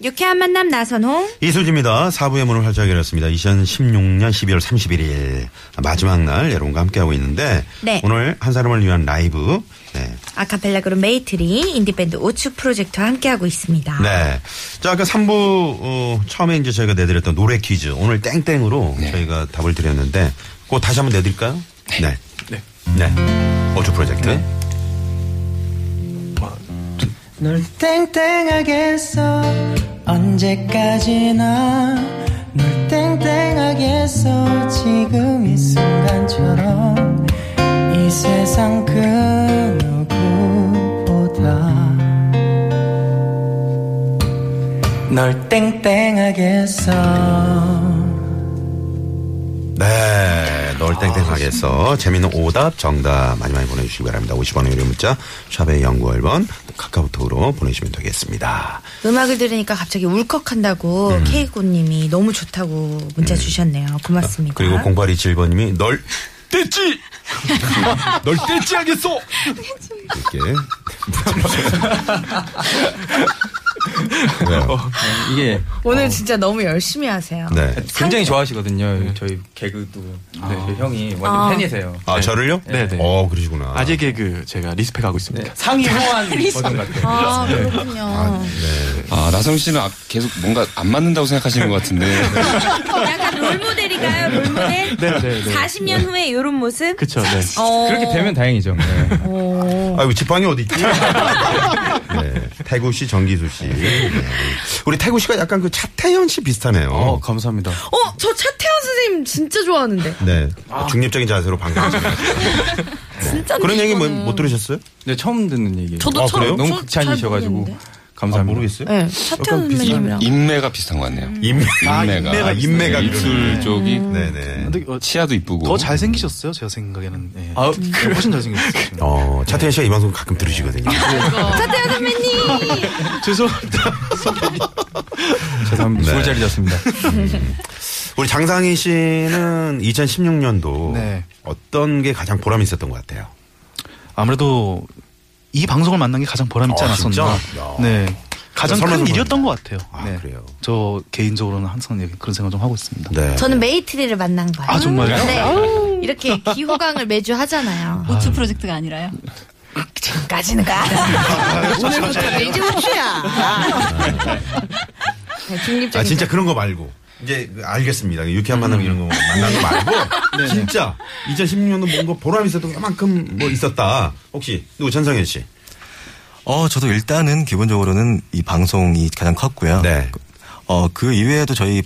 유쾌한 만남 나선홍. 이수지입니다. 사부의 문을 활짝 열었습니다. 2016년 12월 31일 마지막 날 여러분과 함께하고 있는데 네. 오늘 한 사람을 위한 라이브 네. 아카펠라 그룹 메이트리 인디밴드 오축 프로젝트와 함께하고 있습니다. 네. 자, 아까 3부 어, 처음에 이제 저희가 내드렸던 노래 퀴즈 오늘 땡땡으로 저희가 답을 드렸는데 그거 다시 한번 내드릴까요? 네. 네. 어조 프로젝트. 널 땡땡하게 써 언제까지나 널 땡땡하게 써 지금 이 순간처럼 이 세상 그 누구보다 널 땡땡하게 써 네. 널 땡땡하겠어. 재미있는 오답, 정답 많이 많이 보내주시기 바랍니다. 50원의 유료 문자, 샵의 연구 1번, 카카오톡으로 보내주시면 되겠습니다. 음악을 들으니까 갑자기 울컥한다고 음. 케이코님이 너무 좋다고 문자 주셨네요. 고맙습니다. 그리고 0827번님이 널 떼찌! 널 떼찌 하겠어! 이렇게. 왜요? 이게 어. 오늘 진짜 너무 열심히 하세요. 네. 굉장히 네. 좋아하시거든요. 저희 개그도 네, 저희 형이 완전 팬이세요. 아, 저를요? 네네. 어, 그러시구나. 아재 개그 제가 리스펙하고 있습니다. 상이 호환 버전 같아요. 아 그렇군요. 아, 나성 씨는 아- 계속 뭔가 안 맞는다고 생각하시는 것 같은데. 약간 롤모델이가요. 롤모델. 네, 네, 네. 40년 후에 이런 모습. 그쵸, 네. 어. 그렇게 되면 다행이죠. 네. 아이고, 지팡이 어디 있지? 네. 태구 씨, 정기수 씨. 네. 우리 태구 씨가 약간 그 차태현 씨 비슷하네요. 어, 감사합니다. 어, 저 차태현 선생님 진짜 좋아하는데. 네. 중립적인 자세로 반갑습니다. 진짜 그런 얘기 뭐, 못 들으셨어요? 네, 처음 듣는 얘기예요. 저도 아, 처음 그래요? 너무 저- 잘 극찬이셔가지고. 모르겠는데. 아, 감사합니다. 모르겠어요? 네, 차태현 선생님이랑. 인매가 비슷한 것 같네요. 인맥. 아, 인매가. 인매가. 네. 입술 쪽이 음. 네네. 근데 어, 치아도 이쁘고. 더 잘생기셨어요, 제가 생각에는. 예. 아, 음. 네, 훨씬 잘생기셨어요. 지금. 어, 차태현 씨가 이 방송 가끔 들으시거든요. 차태현 선배님. 죄송합니다. 네. 죽을 자리 졌습니다. 우리 장상희 씨는 2016년도 네. 어떤 게 가장 보람이 있었던 것 같아요? 아무래도 이 방송을 만난 게 가장 보람있지 아, 않았었나. 진짜? 야. 네. 가장 설마 큰 설마. 일이었던 것 같아요. 아, 네. 그래요? 저 개인적으로는 항상 얘기- 그런 생각 좀 하고 있습니다. 네. 저는 메이트리를 만난 거예요. 아, 정말요? 네. 이렇게 기호강을 매주 하잖아요. 오츠 프로젝트가 아니라요. 지금까지는 가. 오늘부터 이제 우주야. 네, 아, 중립적인. 진짜 그런 거 말고. 이제 그 알겠습니다. 유쾌한 만남 이런 거 만난 거 말고. 진짜 2016년도 뭔가 보람 있었던 것만큼 뭐 있었다. 혹시 누구 전상현 씨? 어, 저도 일단은 기본적으로는 이 방송이 가장 컸고요. 네. 어, 그 이외에도 저희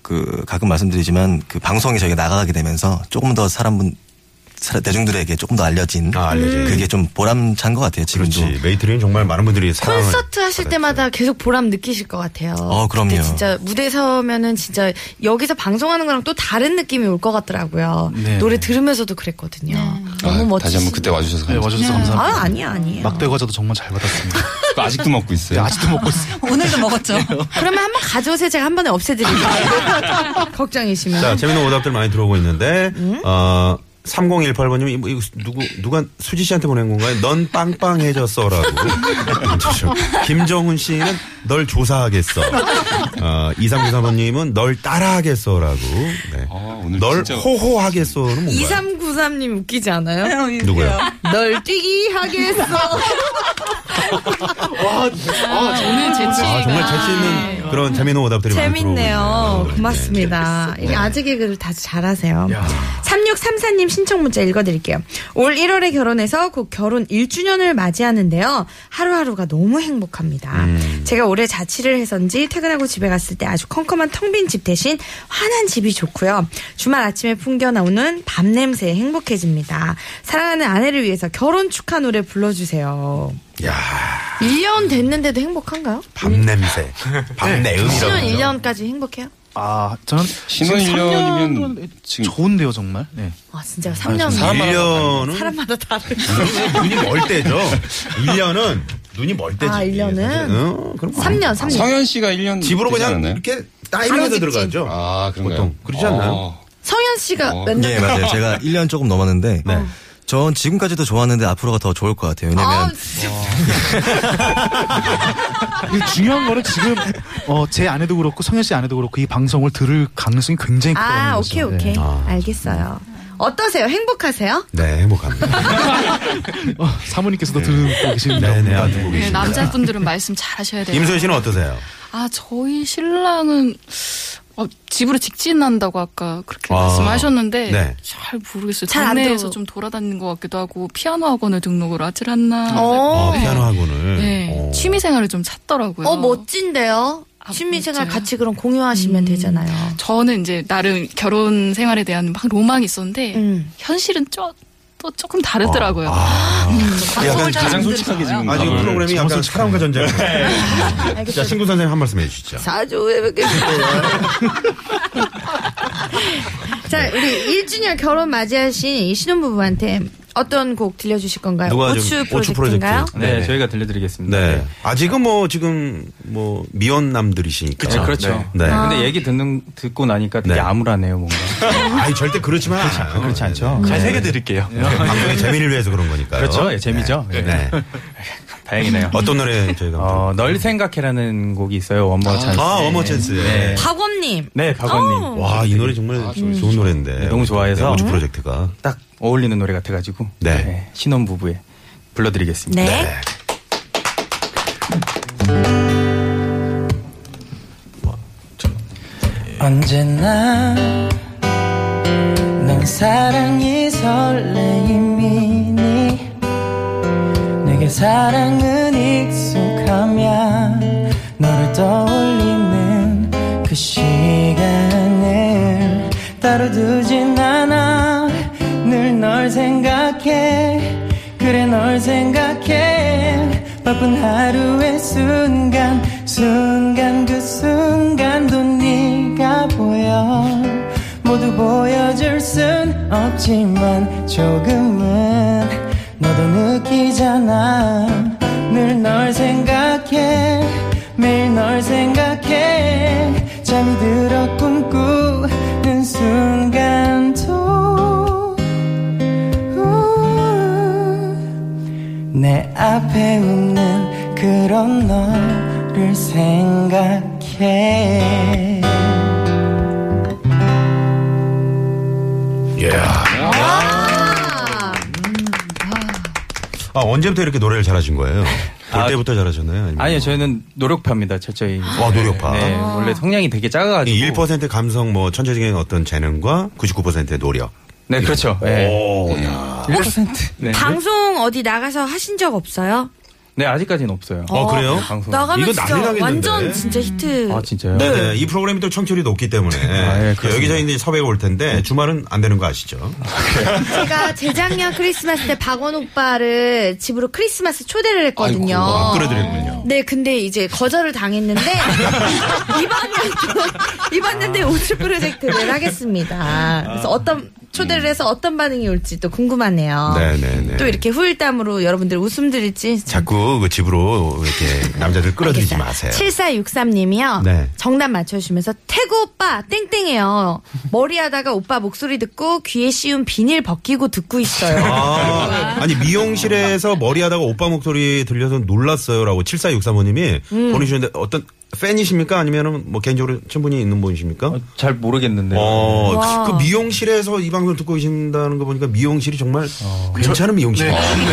그 가끔 말씀드리지만 그 방송에 저희가 나가게 되면서 조금 더 사람분 사람- 대중들에게 조금 더 알려진 아, 알려진. 그게 좀 보람찬 것 같아요. 지금도. 그렇지. 메이트리는 정말 많은 분들이 사랑을 콘서트 하실 받았죠. 때마다 계속 보람 느끼실 것 같아요. 어, 그럼요. 그때 진짜 무대 서면은 진짜 여기서 방송하는 거랑 또 다른 느낌이 올 것 같더라고요. 네. 노래 들으면서도 그랬거든요. 네. 아, 너무 멋지. 다시 한번 그때 와주셔서 네, 감사합니다. 와주셔서 아 감사합니다. 아니야 아니에요. 막대 과자도 정말 잘 받았습니다. 그거 아직도 먹고 있어요. 아직도 먹고 있어요. 오늘도 먹었죠. 그러면 한번 가져오세요. 제가 한 번에 없애드릴게요. 걱정이시면. 자, 재밌는 오답들 많이 들어오고 있는데, 음? 어, 3018번님이, 이거 누구, 누가 수지 씨한테 보낸 건가요? 넌 빵빵해졌어. 라고. 그렇죠. 김정훈 씨는 널 조사하겠어. 어, 2393번님은 널 따라하겠어. 라고. 네. 아, 오늘 널 진짜- 호호하겠어는 뭔가요? 2393님 웃기지 않아요? 누구요? 널 뛰기 하겠어. 오늘 아, 재치. 정말 재치 있는 그런 재미있는 오답들이 많이 들어오고 네. 재밌네요. 있네요. 네, 고맙습니다. 이게 아재 개그를 다들 잘하세요. 3634님 신청 문자 읽어드릴게요. 올 1월에 결혼해서 곧 결혼 1주년을 맞이하는데요. 하루하루가 너무 행복합니다. 제가 올해 자취를 해서인지 퇴근하고 집에 갔을 때 아주 컴컴한 텅 빈 집 대신 환한 집이 좋고요. 주말 아침에 풍겨 나오는 밤 냄새에 행복해집니다. 사랑하는 아내를 위해서 결혼 축하 노래 불러주세요. 야 1년 됐는데도 행복한가요? 네. 밤냄새. 밤내음이라고. 1년 그러죠. 1년까지 행복해요? 아, 저는 신혼 지금 1년이면 3년 은 좋은데요, 정말. 네. 아, 진짜 아, 3년. 사람마다 다르네. 사람마다 다르지. 눈이 멀 때죠. 1년은 눈이 멀 때지. 아, 1년은? 어, 그럼 삼 년, 삼 년. 아, 성현 씨가 1년 집으로 되지 그냥 않았나요? 이렇게 따이면서 바로 들어가죠. 아, 그런가요? 보통 그렇지 않나요? 어. 성현 씨가 어. 몇 년? 예, 맞아요. 제가 1년 조금 넘었는데 네. 전 지금까지도 좋았는데 앞으로가 더 좋을 것 같아요. 아, 왜냐면 근데 중요한 거는 지금 어, 제 아내도 그렇고 성현 씨 아내도 그렇고 이 방송을 들을 가능성이 굉장히 크다는 아, 거죠. 오케이, 오케이. 네. 알겠어요. 어떠세요? 행복하세요? 네, 행복합니다. 어, 사모님께서도 들고 계십니다. 네, 네, 아, 듣고 네, 계십니다. 남자분들은 말씀 잘 하셔야 돼요. 임소연 씨는 어떠세요? 아, 저희 신랑은 어, 집으로 직진한다고 아까 그렇게 아, 말씀하셨는데 네. 잘 모르겠어요. 잘안 동네에서 들어. 좀 돌아다니는 것 같기도 하고 피아노 학원을 등록을 하질 않나. 어, 어, 피아노 학원을. 네, 어. 취미 생활을 좀 음. 찾더라고요. 어 멋진데요? 아, 취미생활 멋져요. 같이 그럼 공유하시면 되잖아요. 저는 이제 나름 결혼 생활에 대한 막 로망이 있었는데 음. 현실은 쪼, 또 조금 다르더라고요. 아, 약간 가장 솔직하게 지금. 아, 지금 답을 프로그램이 약간 사람과 전쟁. 자, 알겠습니다. 신구 선생님 한 말씀 해주시죠. 자주 왜 이렇게 자 우리 1주년 결혼 맞이하신 이 신혼부부한테 어떤 곡 들려주실 건가요? 누가 좀 오추 오추 프로젝트인가요? 프로젝트. 네, 네. 저희가 들려드리겠습니다. 네. 아직은 뭐, 지금, 뭐, 미혼남들이시니까. 그쵸, 그렇죠. 네. 네. 아. 아. 근데 얘기 듣는 듣고 나니까 되게 네. 암울하네요, 뭔가. 아니, 절대 그렇지만 않아요. 그렇지 네. 않죠. 잘 새겨 드릴게요. 네. 방송의 재미를 위해서 그런 거니까요. 그렇죠. 예, 재미죠. 네. 예. 네. 다행이네요. 어떤 노래 저희가. 어, 널 생각해라는 곡이 있어요. 원머 찬스. 아, 어머 찬스. 네. 박원님 네, 어. 박원님. 와, 이 아, 노래 정말 좋은 노래인데. 네, 네, 너무 좋아해서. 우주 프로젝트가. 딱 어울리는 노래 같아 가지고 네. 신혼 부부에 불러 드리겠습니다. 네. 언제나 넌 사랑이 설레임이니 내게 사랑은 익숙하며 너를 떠올리는 그 시간을 따로 두진 않아 늘 널 생각해 그래 널 생각해 바쁜 하루의 순간 순간 그 순간도 네가 보여 모두 보여줄 순 없지만 조금은 너도 느끼잖아 늘 널 생각해 매일 널 생각해 잠이 들어 꿈꾸는 순간도 내 앞에 웃는 그런 너를 생각해 아, 언제부터 이렇게 노래를 잘하신 거예요? 볼 때부터 잘하셨나요? 아니면 아. 아니요, 뭐 저희는 노력파입니다. 철저히. 와, 노력파. 네, 원래 성량이 되게 작아 이 가지고 1%의 감성, 뭐, 천재적인 어떤 재능과 99%의 노력. 네, 그렇죠. 네. 오, 야. 1%. 네. 방송 어디 나가서 하신 적 없어요? 네, 아직까지는 없어요. 네, 어, 그래요? 방송. 나가면 이거 진짜 난리 나겠는데. 완전 진짜 히트. 아, 진짜요? 네네. 아, 이 프로그램이 또 청취율이 높기 때문에. 예, 그렇습니다. 여기저기 이제 섭외가 올 텐데, 주말은 안 되는 거 아시죠? 제가 재작년 크리스마스 때 박원 오빠를 집으로 크리스마스 초대를 했거든요. 아이고, 아, 끌어드렸군요. 네, 근데 이제 거절을 당했는데 입안년도 입안년대 우주 프로젝트를 하겠습니다. 그래서 어떤 초대를 해서 어떤 반응이 올지 또 궁금하네요. 아, 네네네. 또 이렇게 후일담으로 여러분들 웃음 드릴지 자꾸 그 집으로 이렇게 남자들 끌어들이지 마세요. 7463님이요. 네. 정답 맞춰주시면서 태구 오빠 땡땡해요. 머리 하다가 오빠 목소리 듣고 귀에 씌운 비닐 벗기고 듣고 있어요. 아, 아니 미용실에서 머리 하다가 오빠 목소리 들려서 놀랐어요라고 7463호님이 음. 보내주셨는데 어떤 팬이십니까? 아니면은 뭐 개인적으로 친분이 있는 분이십니까? 어, 잘 모르겠는데. 어, 와. 그 미용실에서 이 방송 듣고 계신다는 거 보니까 미용실이 정말 괜찮은 미용실.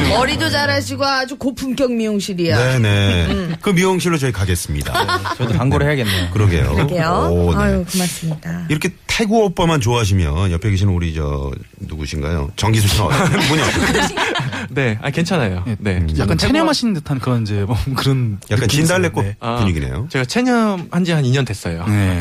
머리도 잘하시고 아주 고품격 미용실이야. 네. 네네. 음. 그 미용실로 저희 가겠습니다. 저도 광고를 해야겠네요. 그러게요. 그러게요. 오, 네. 아유 고맙습니다. 이렇게 태국 오빠만 좋아하시면 옆에 계시는 우리 저 누구신가요? 정기수 씨는 어떠세요? 분이 어떠세요? 네. 아 괜찮아요. 네. 예, 약간 체념하시는 듯한 그런 이제 뭐 그런 약간 느낌이 진달래꽃 있었는데. 아, 분위기네요. 제가 체념한 지 한 2년 됐어요. 네.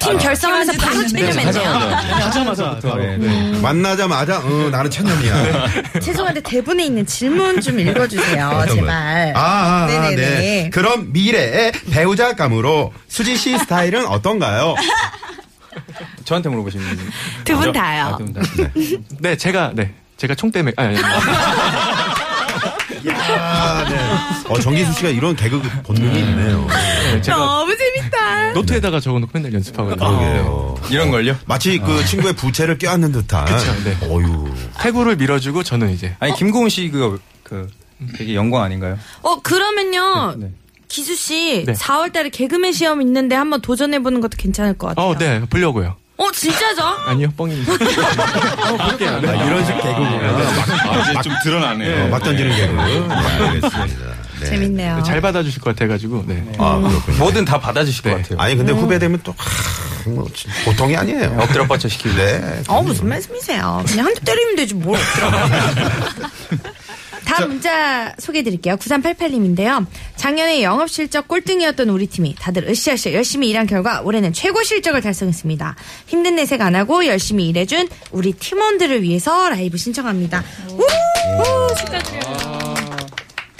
팀 결성하면서 바로 체념했네요. 하자마자 바로. 네. 만나자마자 어, 나는 천년이야. 죄송한데 대본에 있는 질문 좀 읽어주세요, 제발. 아, 아, 아 네네네. 네. 그럼 미래의 배우자 감으로 수지 씨 스타일은 어떤가요? 저한테 물어보시는 거예요? 두분 저- 다요. 아, 두분 다. 네, 제가 네 제가 총 때문에 아, 아니, 아니. 아, 네. 어, 정기수 씨가 이런 개그 본능이 있네요. 너무 재밌다. 노트에다가 적어놓고 맨날 연습하거든요. 이런 걸요? 마치 그 아. 친구의 부채를 껴안는 듯한. 그쵸, 네. 어유. 태구를 밀어주고 저는 이제 아니 김고은 씨 그거 그 되게 영광 아닌가요? 어, 그러면요. 네, 기수 씨, 네. 4월 달에 개그맨 시험 있는데 한번 도전해 보는 것도 괜찮을 것 같아요. 어, 네 보려고요. 어, 진짜죠? 아니요, 뻥입니다. 아, 이런 식 개그구나. 아, 이제 좀 드러나네요. 막 던지는 개그. 네, 알겠습니다. 네. 재밌네요. 잘 받아주실 것 같아가지고. 네. 아, 그렇군요. 뭐든 다 받아주실 것 같아요. 아니, 네. 근데 후배 되면 또, 하, 뭐, 보통이 아니에요. 엎드려 뻗쳐 시키고. 네. 어, 무슨 말씀이세요? 그냥 한 대 때리면 되지, 뭘. 다음 문자 소개해드릴게요. 9388님인데요. 작년에 영업 실적 꼴등이었던 우리 팀이 다들 으쌰으쌰 열심히 일한 결과 올해는 최고 실적을 달성했습니다. 힘든 내색 안 하고 열심히 일해준 우리 팀원들을 위해서 라이브 신청합니다. 우! 축하드려요.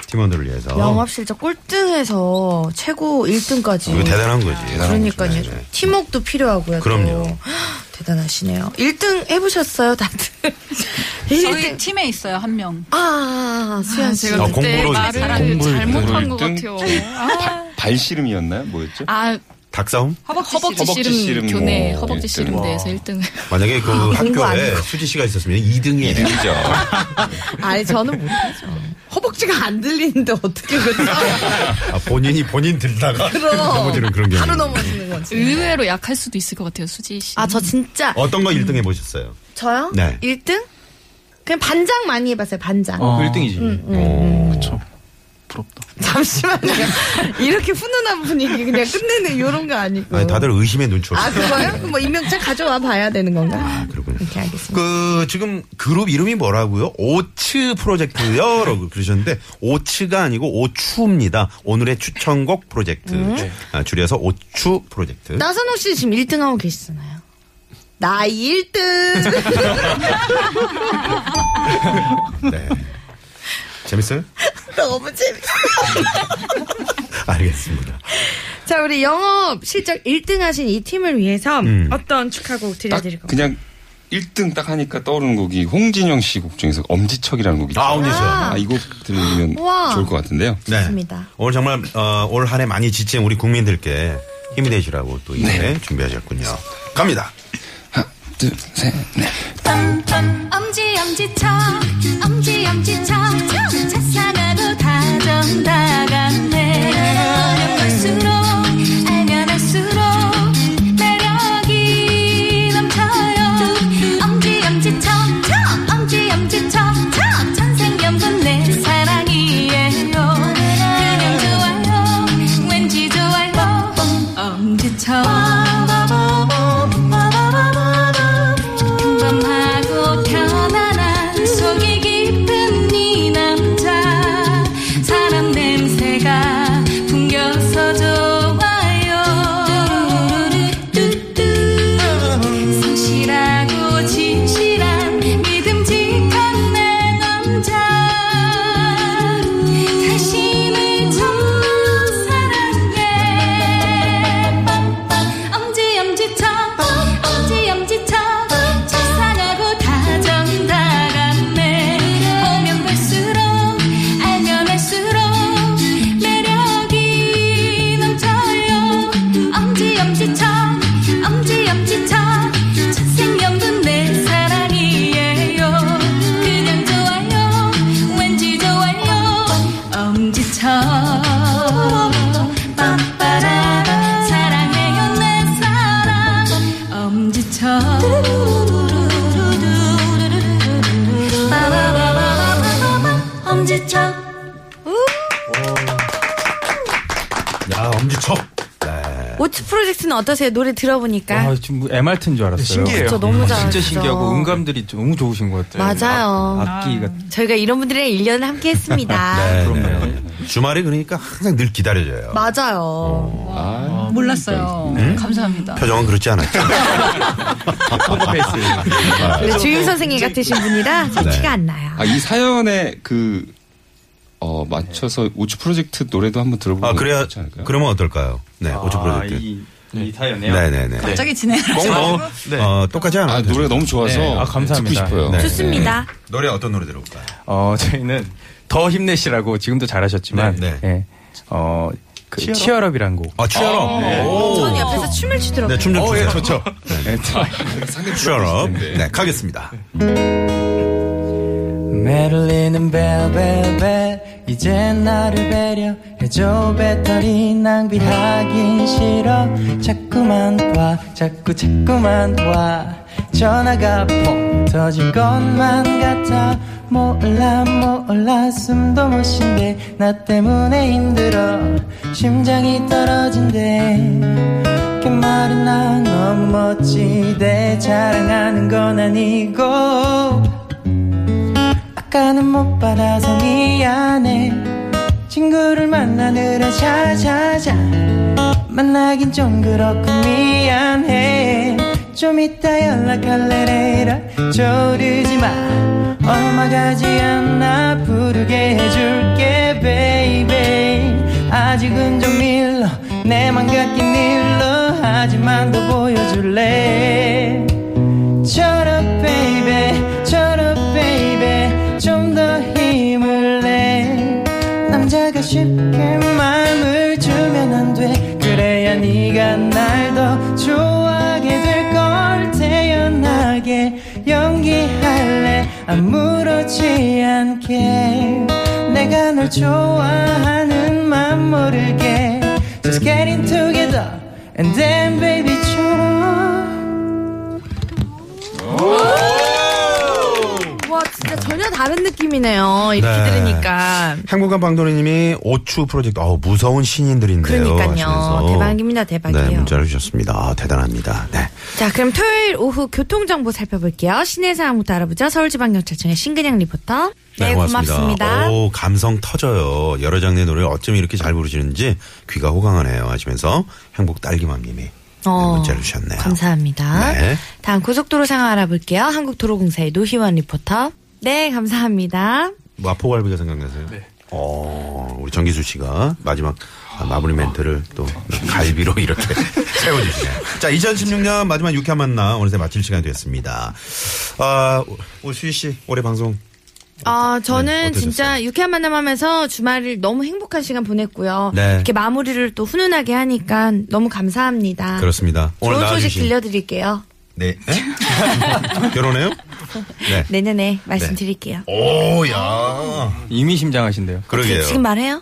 팀원들을 위해서. 영업 실적 꼴등에서 최고 1등까지. 이거 대단한 거지. 네. 그러니까요. 팀워크도 필요하고요. 또. 그럼요. 대단하시네요. 1등 해보셨어요, 다들? 저희 팀에 있어요 한 명. 아, 수현 씨. 제가 그때 말을 공부를 잘못한 것 일등? 같아요. 발씨름이었나요? 뭐였죠? 아 닭싸움? 허벅지, 허벅지 씨름, 씨름 교내 뭐 허벅지 일등. 씨름대에서 1등을. 만약에 그 공부 안 학교에 수지 씨가 있었으면 2등이 네. 이죠 아니, 저는 못하죠. 허벅지가 안 들리는데 어떻게 그죠? 아, 본인이 본인 들다가 그럼. 넘어지는 그런 경우. 하루 넘어지는 거지. 의외로 약할 수도 있을 것 같아요 수지 씨. 아, 저 진짜. 어떤 거 1등 해보셨어요? 저요? 네. 1등? 그냥 반장 많이 해봤어요, 반장. 어. 1등이지. 그쵸. 잠시만요. 이렇게 훈훈한 분위기 그냥 끝내는 이런 거 아니고. 아니, 다들 의심의 눈초리. 음. 아, 그거요? 그럼 뭐 임명장 가져와 봐야 되는 건가? 아, 그렇군요. 이렇게 알겠습니다. 그 지금 그룹 이름이 뭐라고요? 오츠 프로젝트요라고 그러셨는데 오츠가 아니고 오추입니다. 오늘의 추천곡 프로젝트 음. 아, 줄여서 오추 프로젝트. 나선호 씨 지금 1등 하고 계시잖아요. 나 1등! 네. 재밌어요? 너무 재밌어. 알겠습니다. 자, 우리 영업 실적 1등 하신 이 팀을 위해서 음. 아, 어떤 축하곡 딱 드려드릴 건가요? 그냥 1등 딱 하니까 떠오르는 곡이 홍진영 씨 곡 중에서 엄지척이라는 곡이 있어요. 아, 엄지척. 아, 이 곡 들으면 우와. 좋을 것 같은데요. 네. 좋습니다. 오늘 정말 어, 올 한 해 많이 지친 우리 국민들께 힘이 되시라고 또 이제 준비하셨군요. 갑니다. 둘, 셋, 넷. 엄지 엄지척 엄지 엄지척 차상하고 다정다감해 어느 볼수록 알면 할수록 매력이 넘쳐요 엄지 엄지척 엄지 엄지척 천생연분 내 사랑이에요 그냥 좋아요 왠지 좋아요 엄지척 평범하고 편안한 속이 깊은 이 남자 사람 냄새가 풍겨서 좋아요 뚜뚜 성실하고 진실한 믿음직한 내 남자 다시는 첫사랑해 엄지 엄지척 엄지 엄지척 착상하고 다정다감해 보면 볼수록 알면 할수록 매력이 넘쳐요 엄지 엄지척 엄지 엄지척 천생연분 내 사랑이에요 그냥 좋아요 왠지 좋아요 엄지척 빠빠라 사랑해요 내 사랑 엄지척 빠바바바바바바 엄지척 야 엄지척. 네. 오츠 프로젝트는 어떠세요? 노래 들어보니까. 와, 지금 에말트인 줄 알았어요. 신기해요. 저 너무 음. 잘하시죠. 진짜 신기하고 음감들이 너무 좋으신 것 같아요. 맞아요. 악, 기가 저희가 이런 분들이랑 1년 함께 했습니다. 네, 네. 주말에 그러니까 항상 늘 기다려져요. 어, 맞아요. 몰랐어요. 감사합니다. 표정은 그렇지 않았죠. 근데 네, 주임 선생님 같으신 분이라 네. 티가 안 나요. 아, 이 사연에 그, 어, 맞춰서 우주 프로젝트 노래도 한번 들어보면 아 그래야 좋지 않을까요? 그러면 어떨까요? 네 오츠 아, 프로젝트. 이 이타연이요. 네네네. 갑자기 진행을 꼭 뭐, 하셔가지고. 네. 어, 똑같이 하나. 아, 노래가 너무 좋아서 네. 아, 감사합니다. 듣고 싶어요. 네. 좋습니다. 노래 어떤 노래 들어볼까요? 어, 저희는 더 힘내시라고 지금도 잘하셨지만 네, 예. 어, 그 치열업. 치열업이란 곡. 아, 치열업. 전 옆에서 춤을 추더라고요. 네, 춤 좀 어, 예, 주세요. 좋죠. 네. 치열업. 네, 가겠습니다. 메를리는 벨벨벨 이제 나를 배려해줘 배터리 낭비하긴 싫어 자꾸만 와 자꾸 자꾸만 와 전화가 펑 터질 것만 같아 몰라 몰라 숨도 못 쉰대 나 때문에 힘들어 심장이 떨어진대 이렇게 말은 나 너무 멋지대 자랑하는 건 아니고 아까는 못 받아서 미안해 친구를 만나느라 자자자 만나긴 좀 그렇고 미안해 좀 이따 연락할래 내라 조르지 마 얼마 가지 않아 부르게 해줄게 베이베이 아직은 좀 밀러 내맘 같긴 밀러 하지만 더 보여줄래 Shut up, baby. Shut up, baby. 좀 더 힘을 내. 남자가 쉽게 마음을 주면 안 돼. 그래야 네가 날 더 좋아하게 될 걸 태연하게 연기할래. 아무렇지 않게. 내가 널 좋아하는 맘 모르게. Just getting together. And then, baby, shut up. 와 진짜 전혀 다른 느낌이네요. 이렇게 네. 들으니까. 행복한 방도리님이 오추 프로젝트, 어우, 무서운 신인들인데요. 그러니까요. 하시면서. 대박입니다, 대박이에요. 네, 문자를 주셨습니다. 아, 대단합니다. 네. 자 그럼 토요일 오후 교통 정보 살펴볼게요. 시내 상황부터 알아보죠. 서울지방경찰청의 신근양 리포터. 네, 네, 고맙습니다. 어, 네, 오, 감성 터져요. 여러 장르의 노래를 어쩜 이렇게 잘 부르시는지 귀가 호강하네요. 하시면서 행복 딸기맘님이 어, 문자를 주셨네요. 감사합니다. 네. 다음 고속도로 상황 알아볼게요. 한국도로공사의 노희원 리포터. 네, 감사합니다. 마포갈비가 뭐 생각나세요? 어, 우리 정기수 씨가 마지막 아, 마무리 멘트를 또 갈비로 이렇게 세워주시네요. 자, 2016년 마지막 유쾌한 만남 어느새 마칠 시간이 됐습니다. 아, 우리 수희 씨 올해 방송 아, 네, 저는 어떠셨어요? 진짜 유쾌한 만남하면서 주말을 너무 행복한 시간 보냈고요. 네. 이렇게 마무리를 또 훈훈하게 하니까 너무 감사합니다. 그렇습니다. 오늘 아, 좋은 소식 나와주신 들려드릴게요. 네. 네? 결혼해요? 네. 내년에 말씀드릴게요. 오, 아, 야. 이미 심장하신데요. 그러게요. 지금 말해요?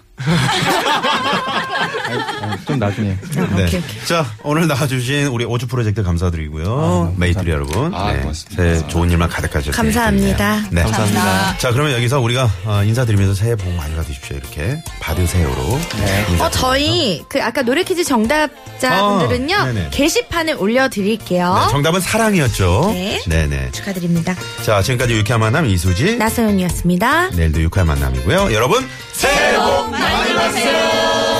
어, 좀 나중에. 네. 오케이, 자, 오늘 나와주신 우리 오주 프로젝트 감사드리고요. 메이트리 여러분. 아, 네. 고맙습니다. 새해 좋은 일만 가득하셨으면 감사합니다. 좋겠네요. 네. 감사합니다. 자, 그러면 여기서 우리가 어, 인사드리면서 새해 복 많이 받으십시오. 이렇게 받으세요로. 네, 인사 어, 저희 그 아까 노래 퀴즈 정답자분들은요. 아, 네네. 게시판에 올려드릴게요. 네, 정답은 사랑이었죠. 네. 네네. 축하드립니다. 자, 지금까지 유쾌한 만남 이수지. 나서연이었습니다. 내일도 유쾌한 만남이고요. 여러분, 새해 복 많이 받으세요.